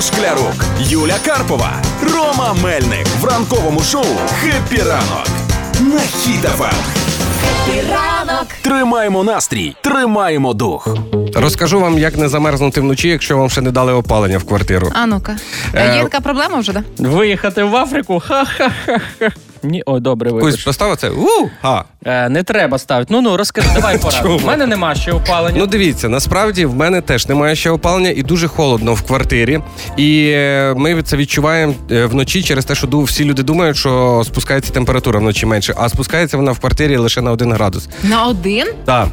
Шклярук, Юля Карпова, Рома Мельник в ранковому шоу «Хеппі ранок» на Хіт-ФМ. Ранок. Тримаємо настрій, тримаємо дух. Розкажу вам, як не замерзнути вночі, якщо вам ще не дали опалення в квартиру. А ну-ка. Е, Є така проблема вже, да? Виїхати в Африку? Ха-ха-ха. Ні, ой, добре, Кусь вибач. поставив це. У га. Е, не треба ставити. Ну ну розкажи, давай пораду. Чому? У мене нема ще опалення. Ну дивіться, насправді в мене теж немає ще опалення і дуже холодно в квартирі. І е, ми це відчуваємо е, вночі через те, що ду- всі люди думають, що спускається температура вночі менше, а спускається вона в квартирі лише на один градус. На один? Так.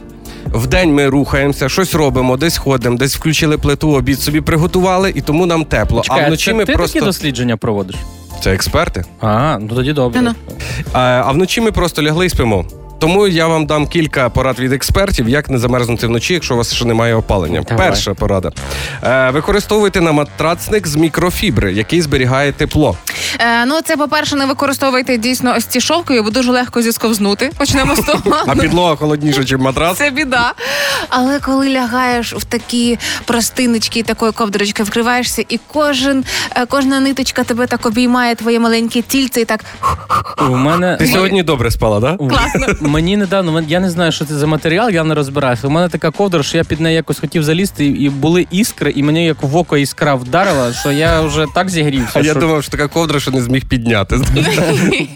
Вдень ми рухаємося, щось робимо, десь ходимо, десь включили плиту, обід собі приготували, і тому нам тепло. Чекай, а вночі це ми ти просто такі дослідження проводиш? це експерти. А, ну тоді добре. Ну-ну. А, Е, а вночі ми просто лягли і спимо. Тому я вам дам кілька порад від експертів, як не замерзнути вночі, якщо у вас ще немає опалення. Давай. Перша порада. Е, використовуйте на матрацник з мікрофібри, який зберігає тепло. Е, ну, це, по-перше, не використовуйте дійсно ось ці шовки, бо дуже легко зісковзнути. Почнемо з того. А підлога холодніша, ніж матрац. Це біда. Але коли лягаєш в такі простиночки, і такої ковдрочки вкриваєшся, і кожен, е, кожна ниточка тебе так обіймає, твоє маленьке тільце, і так У мене Ти сьогодні добре спала, так? Да? класно. Мені недавно, мен- я не знаю, що це за матеріал, я не розбираюся. У мене така ковдра, що я під неї якось хотів залізти, і- і були іскри, і мені як в око іскра вдарила, що я вже так А зігрівся. я що... думав, що така ковдра, що не зміг підняти.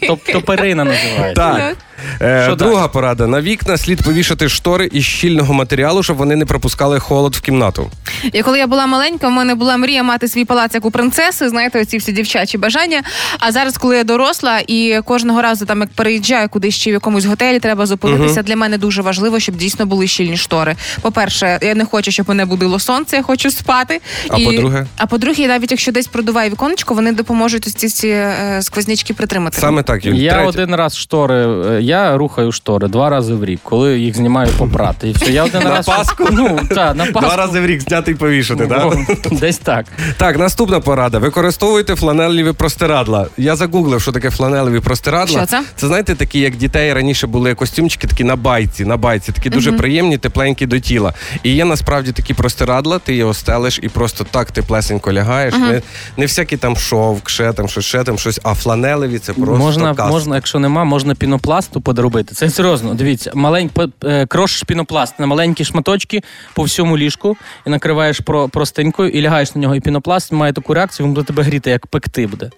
Топ- Топирина називається. Так. Е, Що друга порада. На вікна слід повішати штори із щільного матеріалу, щоб вони не пропускали холод в кімнату. І коли я була маленька, в мене була мрія мати свій палац як у принцеси, знаєте, оці всі дівчачі бажання. А зараз, коли я доросла, і кожного разу там як переїжджаю кудись чи в якомусь готелі, треба зупинитися. Для мене дуже важливо, щоб дійсно були щільні штори. По-перше, я не хочу, щоб мене будило сонце, я хочу спати. А по-друге? а по-друге, навіть якщо десь продуває віконечко, вони допоможуть ось ці всі е, сквознячки притримати. Саме так, Юль. Я третя. один раз штори, е, я рухаю штори два рази в рік, коли їх знімаю попрати. І все, я один На раз. Пасху? Ну, так, на Два Пасху. рази в рік зняти і повішати, так? О, Десь так. Так, наступна порада. Використовуйте фланелеві простирадла. Я загуглив, що таке фланелеві простирадла. Що це? Це знаєте, такі як дітей раніше були костюмчики, такі на байці, на байці, такі дуже приємні, тепленькі до тіла. І є насправді такі простирадла, ти його стелиш і просто так теплесенько лягаєш. Не, не всякий там шовк, ще там, щось, ще там щось, а фланелеві це просто можна, каст. можна, якщо нема, можна пінопласту подробити. Це серйозно. Дивіться, малень, п- е, крош пінопласт на маленькі шматочки по всьому ліжку і накриваєш про, простинькою і лягаєш на нього. І пінопласт має таку реакцію, він буде тебе гріти, як пекти буде.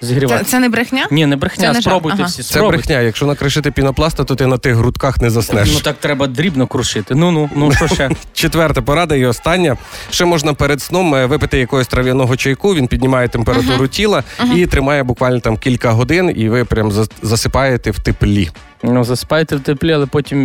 Це, Зігрівати. це не брехня? Ні, не це брехня, не жарт. спробуйте Ага. всі. Це Спробуйте. брехня. Якщо накришити пінопласта, то ти на тих грудках не заснеш. Ну так треба дрібно крушити. Ну ну ну що ще? Четверта порада і остання. Ще можна перед сном е, випити якогось трав'яного чайку. Він піднімає температуру тіла і тримає буквально там кілька годин, і ви прям зас- засипаєте в теплі. Ну заспайте в теплі, але потім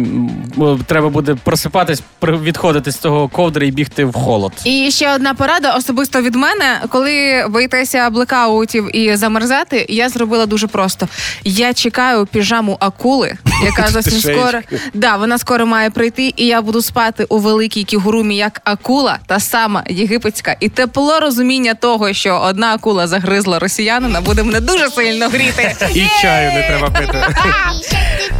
м, е, треба буде просипатись, при- відходити з цього ковдри і бігти в холод. І ще одна порада особисто від мене, коли боїтеся блекаутів і замерзати, я зробила дуже просто. Я чекаю піжаму акули, яка зовсім Шеєчки. скоро да, вона скоро має прийти, і я буду спати у великій кігурумі як акула, та сама єгипетська. І тепло розуміння того, що одна акула загризла росіянина, буде мене дуже сильно гріти. І чаю не треба пити.